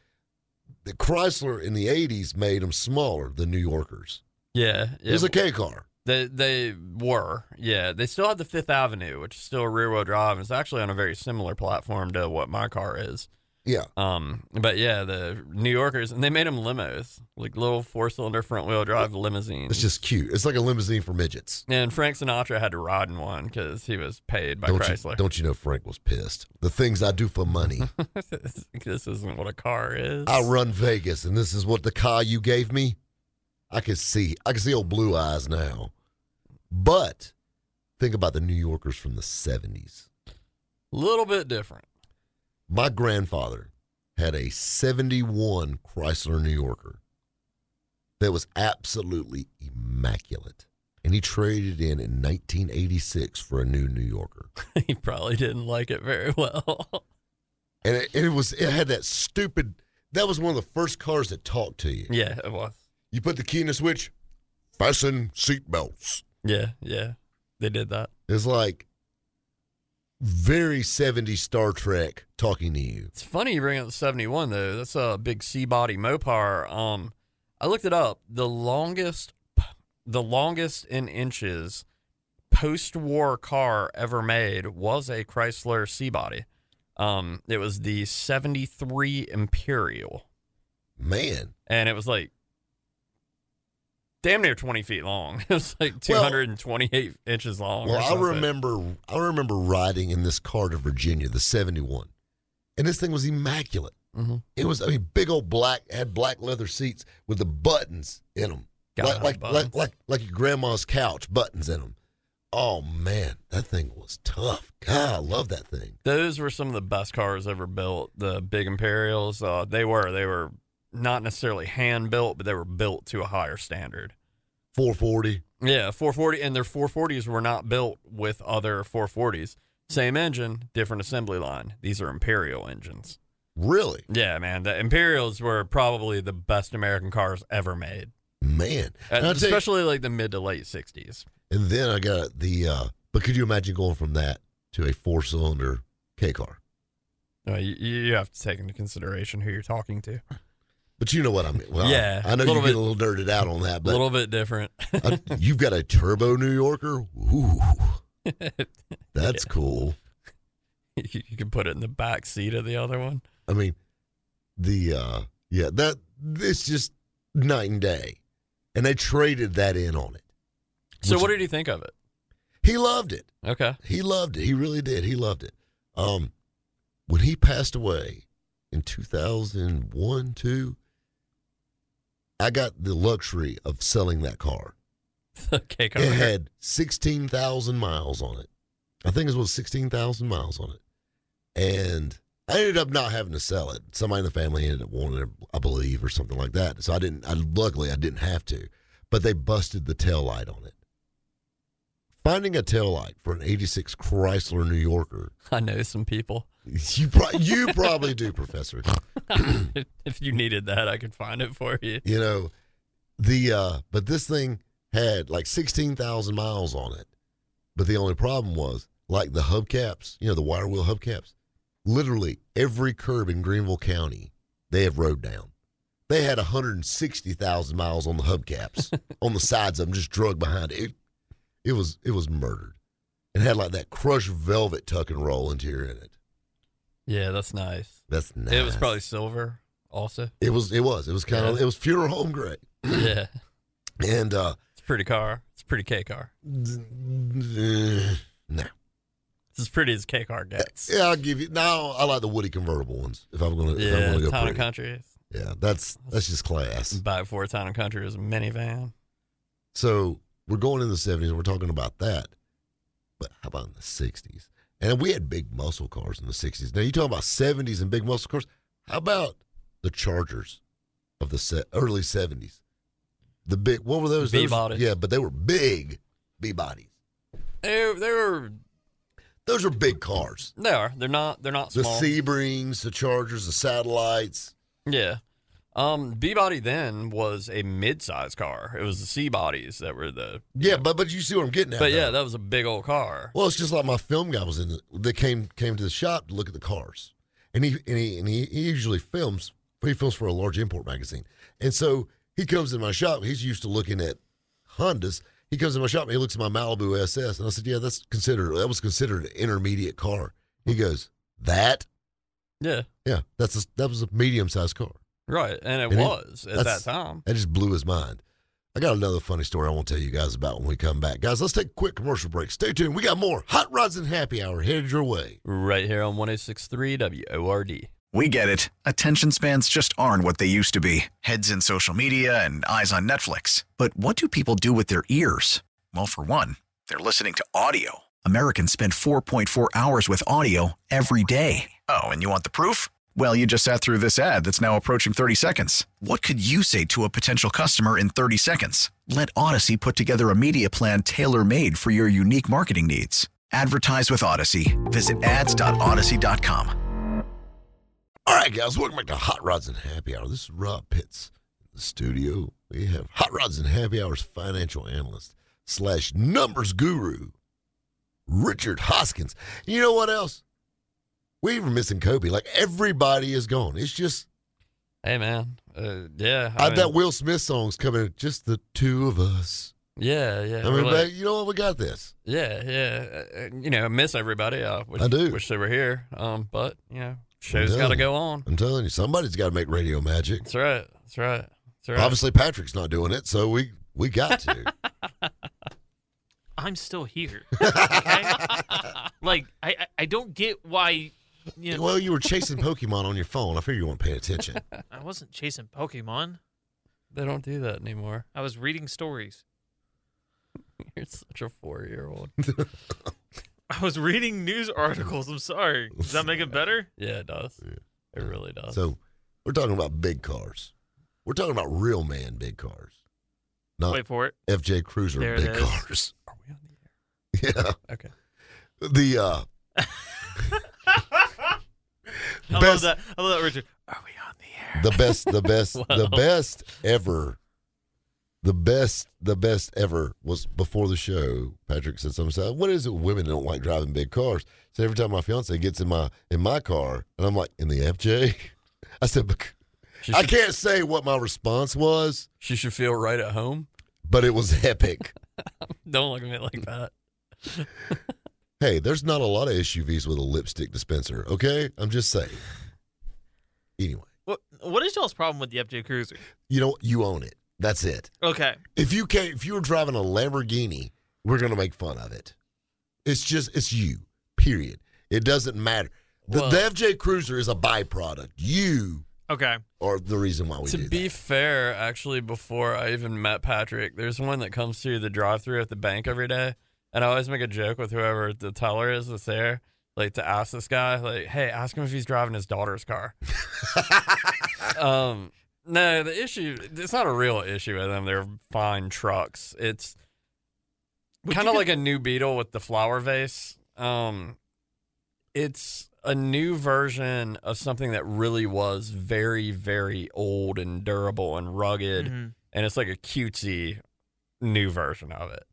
Speaker 1: The Chrysler in the 80s made them smaller than New Yorkers.
Speaker 2: Yeah. yeah.
Speaker 1: It was a K car.
Speaker 2: They they were, yeah. They still had the Fifth Avenue, which is still rear wheel drive. It's actually on a very similar platform to what my car is.
Speaker 1: Yeah.
Speaker 2: Um, but yeah, the New Yorkers and they made them limos, like little four cylinder front wheel drive limousines.
Speaker 1: It's just cute. It's like a limousine for midgets.
Speaker 2: and Frank Sinatra had to ride in one because he was paid by
Speaker 1: don't You,
Speaker 2: Chrysler.
Speaker 1: don't you know Frank was pissed? The things I do for money.
Speaker 2: this isn't what a car is.
Speaker 1: I run Vegas, and this is what the car you gave me. I can see. I can see old blue eyes now. But think about the New Yorkers from the seventies.
Speaker 2: little bit different.
Speaker 1: My grandfather had a '71 Chrysler New Yorker that was absolutely immaculate, and he traded in in 1986 for a new New Yorker.
Speaker 2: he probably didn't like it very well.
Speaker 1: and it, it was it had that stupid. That was one of the first cars that talked to you.
Speaker 2: yeah, it was.
Speaker 1: You put the key in the switch, fasten seatbelts.
Speaker 2: Yeah, yeah. They did that.
Speaker 1: It's like very 70s Star Trek talking to you.
Speaker 2: It's funny you bring up the 71 though. That's a big C body Mopar. Um, I looked it up. The longest, the longest in inches post war car ever made was a Chrysler C body. Um, it was the 73 Imperial
Speaker 1: Man,
Speaker 2: and it was like damn near 20 feet long. It was like 228 inches long. or
Speaker 1: well I
Speaker 2: something.
Speaker 1: remember I remember riding in this car to Virginia, the 71. And this thing was immaculate.
Speaker 2: Mhm.
Speaker 1: It was I mean big old black had black leather seats with the buttons in them.
Speaker 2: God,
Speaker 1: Like like, like
Speaker 2: buttons.
Speaker 1: like like your grandma's couch buttons in them. Oh man, that thing was tough. God, I love that thing.
Speaker 2: Those were some of the best cars ever built. The big Imperials, uh, they were they were not necessarily hand built, but they were built to a higher standard.
Speaker 1: 440.
Speaker 2: Yeah, 440, and their 440s were not built with other 440s. Same engine, different assembly line. These are Imperial engines.
Speaker 1: Really?
Speaker 2: Yeah, man, the Imperials were probably the best American cars ever made,
Speaker 1: Man.
Speaker 2: And
Speaker 1: And I'll tell you-
Speaker 2: Uh, especially like the mid to late 60s.
Speaker 1: And then I got the. Uh, but could you imagine going from that to a four-cylinder K car?
Speaker 2: Uh, you, you have to take into consideration who you're talking to.
Speaker 1: But you know what I mean. Well,
Speaker 2: Yeah,
Speaker 1: I know
Speaker 2: a
Speaker 1: you
Speaker 2: little
Speaker 1: get
Speaker 2: bit-
Speaker 1: a little nerded out on that,
Speaker 2: A
Speaker 1: but
Speaker 2: little bit different.
Speaker 1: uh, you've got a turbo New Yorker. Ooh, that's cool.
Speaker 2: you, you can put it in the back seat of the other one.
Speaker 1: I mean, the uh, yeah, that it's just night and day, and they traded that in on it.
Speaker 2: So,
Speaker 1: Which-
Speaker 2: what did you think of it?
Speaker 1: He loved it.
Speaker 2: Okay.
Speaker 1: He loved it. He really did. He loved it. Um, when he passed away in 2001, two, I got the luxury of selling that car.
Speaker 2: okay,
Speaker 1: It had 16,000 miles on it. I think it was 16,000 miles on it. And I ended up not having to sell it. Somebody in the family ended up wanting it, I believe, or something like that. So I didn't, I, luckily, I didn't have to. But they busted the taillight on it. Finding a taillight for an 86 Chrysler New Yorker,
Speaker 2: I know some people.
Speaker 1: you, pro- you probably do, Professor.
Speaker 2: if you needed that, I could find it for you.
Speaker 1: you know the uh but this thing had like 16,000 miles on it but the only problem was like the hubcaps you know the wire wheel hubcaps literally every curb in Greenville County they have rode down they had 160,000 miles on the hubcaps on the sides of them just drug behind it. it it was it was murdered it had like that crushed velvet tuck and roll interior in it
Speaker 2: Yeah, that's nice.
Speaker 1: that's nice
Speaker 2: It was probably silver also.
Speaker 1: it was it was it was kind of
Speaker 2: Yeah.
Speaker 1: it was funeral home gray
Speaker 2: yeah.
Speaker 1: and uh
Speaker 2: It's a pretty car. It's a pretty K car.
Speaker 1: Mm, No.
Speaker 2: It's as pretty as K car gets.
Speaker 1: Yeah, I'll give you. No, I like the Woody convertible ones. If I'm gonna, if I'm
Speaker 2: Yeah,
Speaker 1: gonna go
Speaker 2: town
Speaker 1: pretty.
Speaker 2: and country.
Speaker 1: Yeah, that's that's just class.
Speaker 2: Buy for town and country is a minivan.
Speaker 1: So we're going in the 70s and we're talking about that. But how about in the 60s? And we had big muscle cars in the 60s. Now you're talking about 70s and big muscle cars. How about the Chargers of the se- early 70s? The big, what were those? Those-
Speaker 2: B-bodies.
Speaker 1: Yeah, but they were big B bodies.
Speaker 2: They they were
Speaker 1: Those are big cars.
Speaker 2: they are they're not they're not
Speaker 1: The
Speaker 2: small.
Speaker 1: Sebrings, the Chargers, the satellites.
Speaker 2: Yeah. Um, B body then was a mid-sized car. It was the C bodies that were the.
Speaker 1: Yeah, but but you see what I'm getting at.
Speaker 2: But
Speaker 1: though.
Speaker 2: yeah, that was a big old car.
Speaker 1: Well, it's just like my film guy was in. The, that came came to the shop to look at the cars, and he and he and he, he usually films. He films for a large import magazine, and so he comes in my shop. He's used to looking at Hondas. He comes in my shop and he looks at my Malibu SS, and I said, "Yeah, that's considered. That was considered an intermediate car." He goes, "That?
Speaker 2: Yeah,
Speaker 1: Yeah, that's a, that was a medium sized car."
Speaker 2: right. And it
Speaker 1: And it-
Speaker 2: was at that
Speaker 1: that's-
Speaker 2: time.
Speaker 1: That just blew his mind. I got another funny story I won't tell you guys about when we come back, guys. Let's take a quick commercial break. Stay tuned. We got more hot rods and happy hour headed your way.
Speaker 2: Right here on 1063 WORD.
Speaker 6: We get it. Attention spans just aren't what they used to be heads in social media and eyes on Netflix. But what do people do with their ears? Well, for one, they're listening to audio. Americans spend 4.4 hours with audio every day. Oh, and you want the proof? Well, you just sat through this ad that's now approaching 30 seconds. What could you say to a potential customer in 30 seconds? Let Odyssey put together a media plan tailor made for your unique marketing needs. Advertise with Odyssey. Visit ads.odyssey.com.
Speaker 1: All right, guys, welcome back to Hot Rods and Happy Hour. This is Rob Pitts in the studio. We have Hot Rods and Happy Hour's financial analyst slash numbers guru, Richard Hoskins. You know what else? We were missing Kobe. Like everybody is gone. It's just
Speaker 2: Hey, man. Uh, yeah.
Speaker 1: I
Speaker 2: mean,
Speaker 1: that Will Smith song's coming. Just the two of us.
Speaker 2: Yeah, yeah.
Speaker 1: I
Speaker 2: we're
Speaker 1: mean,
Speaker 2: like-
Speaker 1: but you know what? We got this.
Speaker 2: yeah, yeah. Uh, uh, you know, I miss everybody. I, wish,
Speaker 1: I do.
Speaker 2: Wish they were here. Um, but, you know, show's
Speaker 1: I'm
Speaker 2: got to
Speaker 1: telling
Speaker 2: go
Speaker 1: you.
Speaker 2: on.
Speaker 1: I'm telling you, somebody's got to make radio magic.
Speaker 2: That's right. That's right. That's right.
Speaker 1: Obviously, Patrick's not doing it, so we we got to.
Speaker 3: I'm still here. Okay? like I, I, I don't get why you know
Speaker 1: well, you were chasing Pokemon on your phone. I figure you weren't paying attention.
Speaker 3: I wasn't chasing Pokemon.
Speaker 2: They don't do that anymore.
Speaker 3: I was reading stories.
Speaker 2: You're such a four year old.
Speaker 3: I was reading news articles. I'm sorry. Does that make it better?
Speaker 2: Yeah, it does. It really does.
Speaker 1: So we're talking about big cars. We're talking about real man big cars, not
Speaker 3: Wait for it.
Speaker 1: FJ Cruiser
Speaker 3: There it
Speaker 1: big
Speaker 3: is.
Speaker 1: cars.
Speaker 2: Are we on the
Speaker 1: Yeah,
Speaker 2: air? Okay.
Speaker 1: the uh,
Speaker 3: I love
Speaker 1: Best-
Speaker 3: that. I love that, Richard. Are we on the air?
Speaker 1: the best, the best, the
Speaker 2: Wow.
Speaker 1: best ever. The best, the best ever was before the show. Patrick said something. Said, "What is it? Women don't like driving big cars." So every time my fiance gets in my in my car, and I'm like, "In the FJ," I said, "Bec-
Speaker 2: She
Speaker 1: "I
Speaker 2: should-
Speaker 1: can't say what my response was,
Speaker 2: She should feel right at home.
Speaker 1: but it was epic."
Speaker 2: Don't look at me like that.
Speaker 1: Hey, there's not a lot of SUVs with a lipstick dispenser, okay? I'm just saying. Anyway,
Speaker 3: What, what is y'all's problem with the FJ Cruiser?
Speaker 1: you know, you own it. That's it.
Speaker 3: Okay.
Speaker 1: If you can if you were driving a Lamborghini, we're gonna make fun of it. It's just it's you. Period. It doesn't matter. The,
Speaker 2: Well-
Speaker 1: the FJ Cruiser is a byproduct. You
Speaker 3: Okay.
Speaker 1: are the reason why we
Speaker 2: to
Speaker 1: do
Speaker 2: be
Speaker 1: that.
Speaker 2: fair, actually, before I even met Patrick, there's one that comes through the drive-through at the bank every day, and I always make a joke with whoever the teller is that's there, like to ask this guy, like, "Hey, ask him if he's driving his daughter's car." um, no, the issue it's not a real issue with them. They're fine trucks. It's kind of like a new Beetle with the flower vase. Um, it's a new version of something that really was very, very old and durable and rugged,
Speaker 3: Mhm.
Speaker 2: and it's like a cutesy new version of it.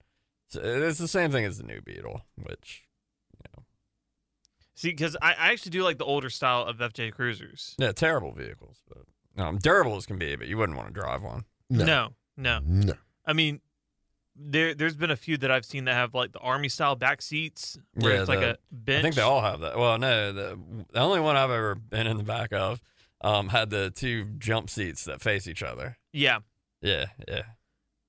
Speaker 2: So it's the same thing as the new Beetle, which
Speaker 3: See, because I, I actually do like the older style of FJ Cruisers.
Speaker 2: yeah, terrible vehicles, but um, durable as can be, but you wouldn't want to drive one.
Speaker 1: No.
Speaker 3: no. no.
Speaker 1: No.
Speaker 3: I mean, there there's been a few that I've seen that have like the army style back seats where
Speaker 2: Yeah,
Speaker 3: it's like
Speaker 2: the-
Speaker 3: a bench.
Speaker 2: I think they all have that. Well, no, the, the only one I've ever been in the back of um, had the two jump seats that face each other.
Speaker 3: Yeah,
Speaker 2: Yeah, yeah.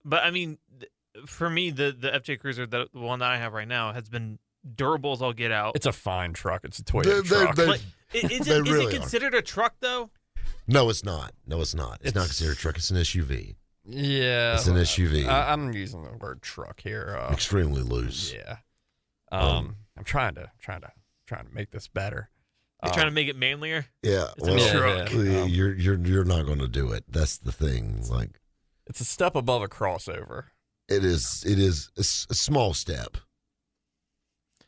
Speaker 3: but I mean, th- for me, the the FJ Cruiser, the, the one that I have right now, has been durables I'll get out.
Speaker 2: It's a fine truck. It's a Toyota
Speaker 1: They- they-
Speaker 2: truck.
Speaker 1: they-
Speaker 3: Oh. Like, i- is,
Speaker 1: They
Speaker 3: it, is
Speaker 1: really
Speaker 3: it
Speaker 1: are.
Speaker 3: considered a truck though?
Speaker 1: No, it's not. No, it's not. It's, not
Speaker 2: It's-
Speaker 1: considered a truck. It's an SUV.
Speaker 2: yeah,
Speaker 1: It's an SUV.
Speaker 2: I, I'm using the word truck here. Uh,
Speaker 1: Extremely loose.
Speaker 2: yeah. Um,
Speaker 1: Um,
Speaker 2: I'm trying to trying to trying to make this better. Um,
Speaker 3: You're
Speaker 2: Uh,
Speaker 3: trying to make it manlier.
Speaker 1: Yeah.
Speaker 3: It's a
Speaker 2: truck.
Speaker 1: y-
Speaker 2: Um,
Speaker 1: You're you're you're not going to do it. That's the thing. Like
Speaker 2: It's a step above a crossover.
Speaker 1: it is. It is a, s- a small step.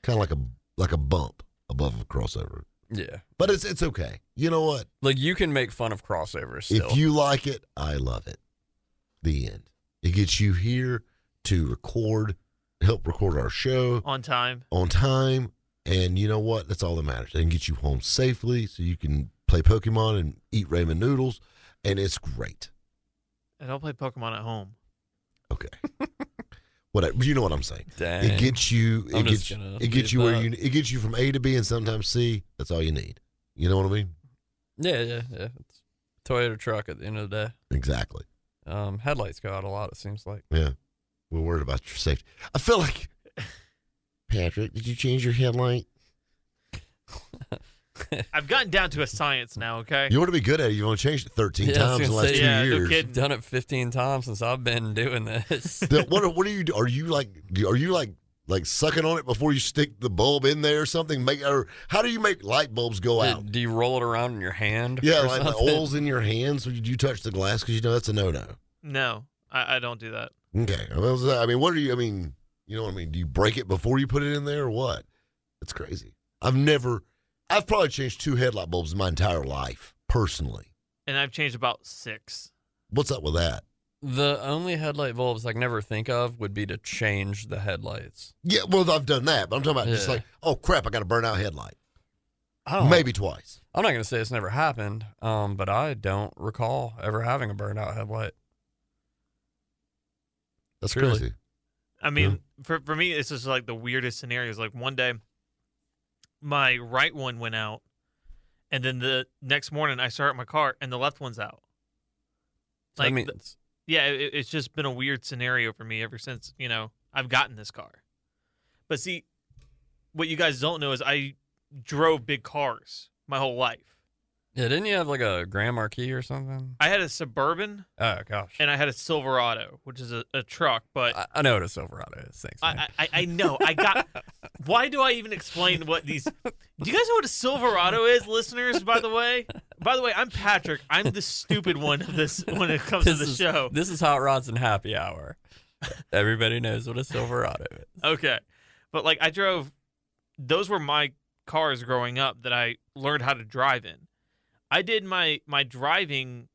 Speaker 1: Kind of like a like a bump above a crossover,
Speaker 2: Yeah.
Speaker 1: but it's it's okay. You know what?
Speaker 2: Like you can make fun of crossovers still.
Speaker 1: If you like it, I love it. The end. It gets you here to record, help record our show
Speaker 3: on time.
Speaker 1: on time. And you know what? That's all that matters. It can get you home safely so you can play Pokemon and eat ramen noodles. And it's great.
Speaker 3: I don't play Pokemon at home.
Speaker 1: Okay. Whatever. You know what I'm saying.
Speaker 2: Dang.
Speaker 1: It gets you it
Speaker 2: I'm just
Speaker 1: gets
Speaker 2: gonna
Speaker 1: it gets
Speaker 2: leave
Speaker 1: you where
Speaker 2: that.
Speaker 1: you it gets you from A to B and sometimes C. That's all you need. You know what I mean?
Speaker 2: yeah, yeah, yeah. It's a Toyota truck at the end of the day.
Speaker 1: Exactly.
Speaker 2: Um, headlights go out a lot. It seems like.
Speaker 1: Yeah. We're worried about your safety. I feel like Patrick, did you change your headlight?
Speaker 3: I've gotten down to a science now. Okay.
Speaker 1: You want to be good at it. You want to change it 13
Speaker 2: Yeah, I was
Speaker 1: times in the
Speaker 2: gonna
Speaker 1: last
Speaker 2: say,
Speaker 1: two
Speaker 3: yeah, no
Speaker 1: years.
Speaker 3: kidding.
Speaker 2: I've done it 15 times since I've been doing this.
Speaker 1: The- what, what are you? do- Are you like? do- Are you like like sucking on it before you stick the bulb in there or something? Make or how do you make light bulbs go out?
Speaker 2: Do you roll it around in your hand?
Speaker 1: Yeah,
Speaker 2: or
Speaker 1: like the
Speaker 2: something?
Speaker 1: oils in your hands. when you- you touch the glass? Because you know that's a no no.
Speaker 3: No, I, I don't do that.
Speaker 1: Okay. Well, uh, I mean, what are you? I mean, you know what I mean? Do you break it before you put it in there or what? That's crazy. I've never. I've probably changed two headlight bulbs in my entire life personally.
Speaker 3: And I've changed about six.
Speaker 1: What's up with that?
Speaker 2: The only headlight bulbs I can never think of would be to change the headlights.
Speaker 1: Yeah, well, I've done that, but I'm talking about just
Speaker 2: Yeah.
Speaker 1: like, oh crap, I got a burnout headlight.
Speaker 2: I
Speaker 3: Oh.
Speaker 2: don't
Speaker 1: Maybe twice.
Speaker 2: I'm not going to say it's never happened, um, but I don't recall ever having a burnout headlight.
Speaker 1: That's
Speaker 2: Really?
Speaker 1: crazy.
Speaker 3: I mean, for for me, it's just like the weirdest scenarios. Like one day, my right one went out, and then the next morning I start my car and the left one's out.
Speaker 2: So, I
Speaker 3: Like
Speaker 2: mean,
Speaker 3: the- Yeah, it, it's just been a weird scenario for me ever since you know I've gotten this car. But see, what you guys don't know is I drove big cars my whole life.
Speaker 2: yeah, didn't you have like a Grand Marquis or something?
Speaker 3: I had a suburban
Speaker 2: Oh gosh,
Speaker 3: and I had a Silverado, which is a, a truck, but.
Speaker 2: I, I know what a Silverado is. Thanks, man.
Speaker 3: I, I, I know. I got. Why do I even explain what these? Do you guys know what a Silverado is, listeners? By the way, by the way, I'm Patrick. I'm the stupid one of this when it comes to the
Speaker 2: is,
Speaker 3: show.
Speaker 2: This is Hot Rods and Happy Hour. Everybody knows what a Silverado is.
Speaker 3: Okay, but like I drove. Those were my cars growing up that I learned how to drive in. I did my my driving,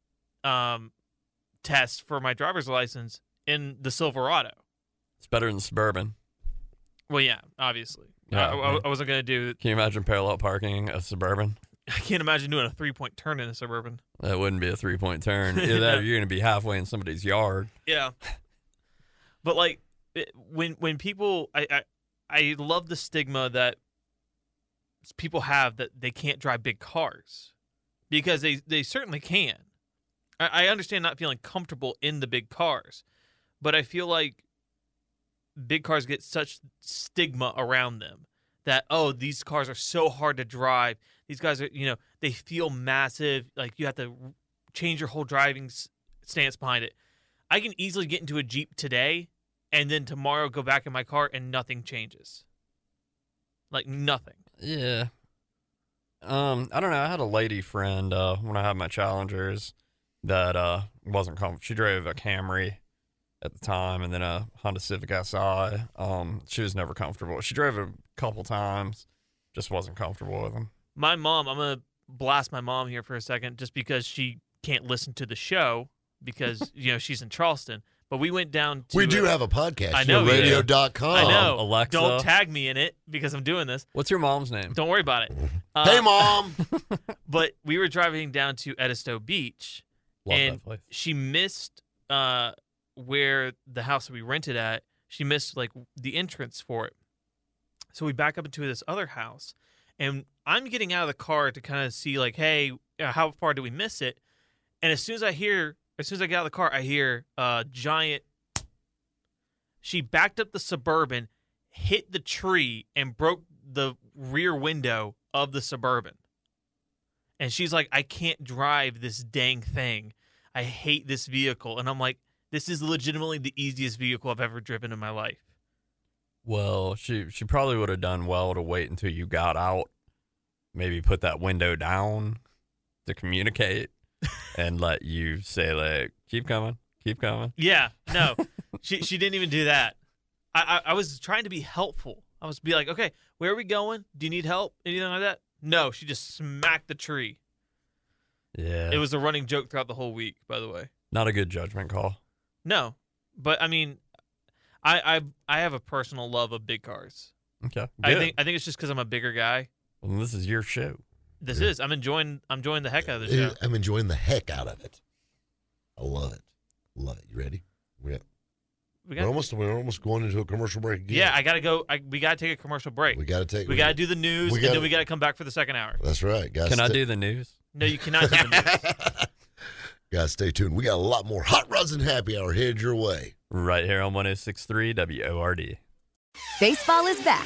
Speaker 3: um, test for my driver's license in the Silverado.
Speaker 2: It's better than Suburban.
Speaker 3: Well, yeah, obviously.
Speaker 2: Yeah,
Speaker 3: I, I,
Speaker 2: mhm.
Speaker 3: I wasn't gonna do.
Speaker 2: Can you imagine parallel parking a Suburban?
Speaker 3: I can't imagine doing a three point turn in a suburban.
Speaker 2: That wouldn't be a three point turn. Either that or you're going to be halfway in somebody's yard.
Speaker 3: Yeah. But like it- when when people I, I I love the stigma that people have that they can't drive big cars because they they certainly can. I, I understand not feeling comfortable in the big cars, but I feel like big cars get such stigma around them that oh these cars are so hard to drive. These guys are you know they feel massive. Like you have to change your whole driving s- stance behind it. I can easily get into a Jeep today and then tomorrow go back in my car and nothing changes. Like nothing.
Speaker 2: Yeah. Um, I don't know. I had a lady friend uh, when I had my Challengers that uh, wasn't comfortable. She drove a Camry at the time and then a Honda Civic SI. Um, she was never comfortable. She drove a couple times, just wasn't comfortable with them.
Speaker 3: My mom, I'm going to blast my mom here for a second just because she can't listen to the show because, you know, she's in Charleston. But we went down to.
Speaker 1: We do have a podcast.
Speaker 3: I
Speaker 1: you
Speaker 3: know, yeah.
Speaker 1: radio.com.
Speaker 3: I know.
Speaker 2: Alexa.
Speaker 3: Don't tag me in it because I'm doing this.
Speaker 2: What's your mom's name?
Speaker 3: Don't worry about it. Uh,
Speaker 1: Hey, mom.
Speaker 3: But we were driving down to Edisto Beach
Speaker 2: Love
Speaker 3: and
Speaker 2: that place.
Speaker 3: she missed uh where the house that we rented at she missed like the entrance for it so we back up into this other house and i'm getting out of the car to kind of see like hey uh, how far do we miss it and as soon as i hear as soon as i get out of the car i hear uh giant she backed up the suburban hit the tree and broke the rear window of the suburban. And she's like, I can't drive this dang thing. I hate this vehicle. And I'm like, this is legitimately the easiest vehicle I've ever driven in my life.
Speaker 2: Well, she she probably would have done well to wait until you got out, maybe put that window down to communicate, and let you say like, "Keep coming, keep coming."
Speaker 3: Yeah, no, she she didn't even do that. I, I I was trying to be helpful. I was be like, okay, where are we going? Do you need help? Anything like that? No, she just smacked the tree.
Speaker 2: Yeah,
Speaker 3: It was a running joke throughout the whole week, by the way.
Speaker 2: not a good judgment call.
Speaker 3: No, but I mean, I I I have a personal love of big cars.
Speaker 2: Okay,
Speaker 3: I
Speaker 2: good.
Speaker 3: think I think it's just because I'm a bigger guy.
Speaker 2: well, this is your show.
Speaker 3: This is I'm enjoying I'm enjoying the heck out of the
Speaker 1: Yeah,
Speaker 3: show.
Speaker 1: I'm enjoying the heck out of it. I love it. Love it. You ready? We're,
Speaker 3: We
Speaker 1: we're
Speaker 3: got,
Speaker 1: almost we're almost going into a commercial break again.
Speaker 3: yeah, I gotta go. I, we gotta take a commercial break.
Speaker 1: we gotta take
Speaker 3: We gotta do the news,
Speaker 1: we
Speaker 3: and
Speaker 1: gotta-
Speaker 3: then we gotta come back for the second hour.
Speaker 1: That's right, guys.
Speaker 2: Can I do the news?
Speaker 3: No, you cannot do the news.
Speaker 1: Guys, stay tuned. We got a lot more hot rods and happy hour headed your way.
Speaker 2: Right here on 1063 WORD.
Speaker 6: Baseball is back,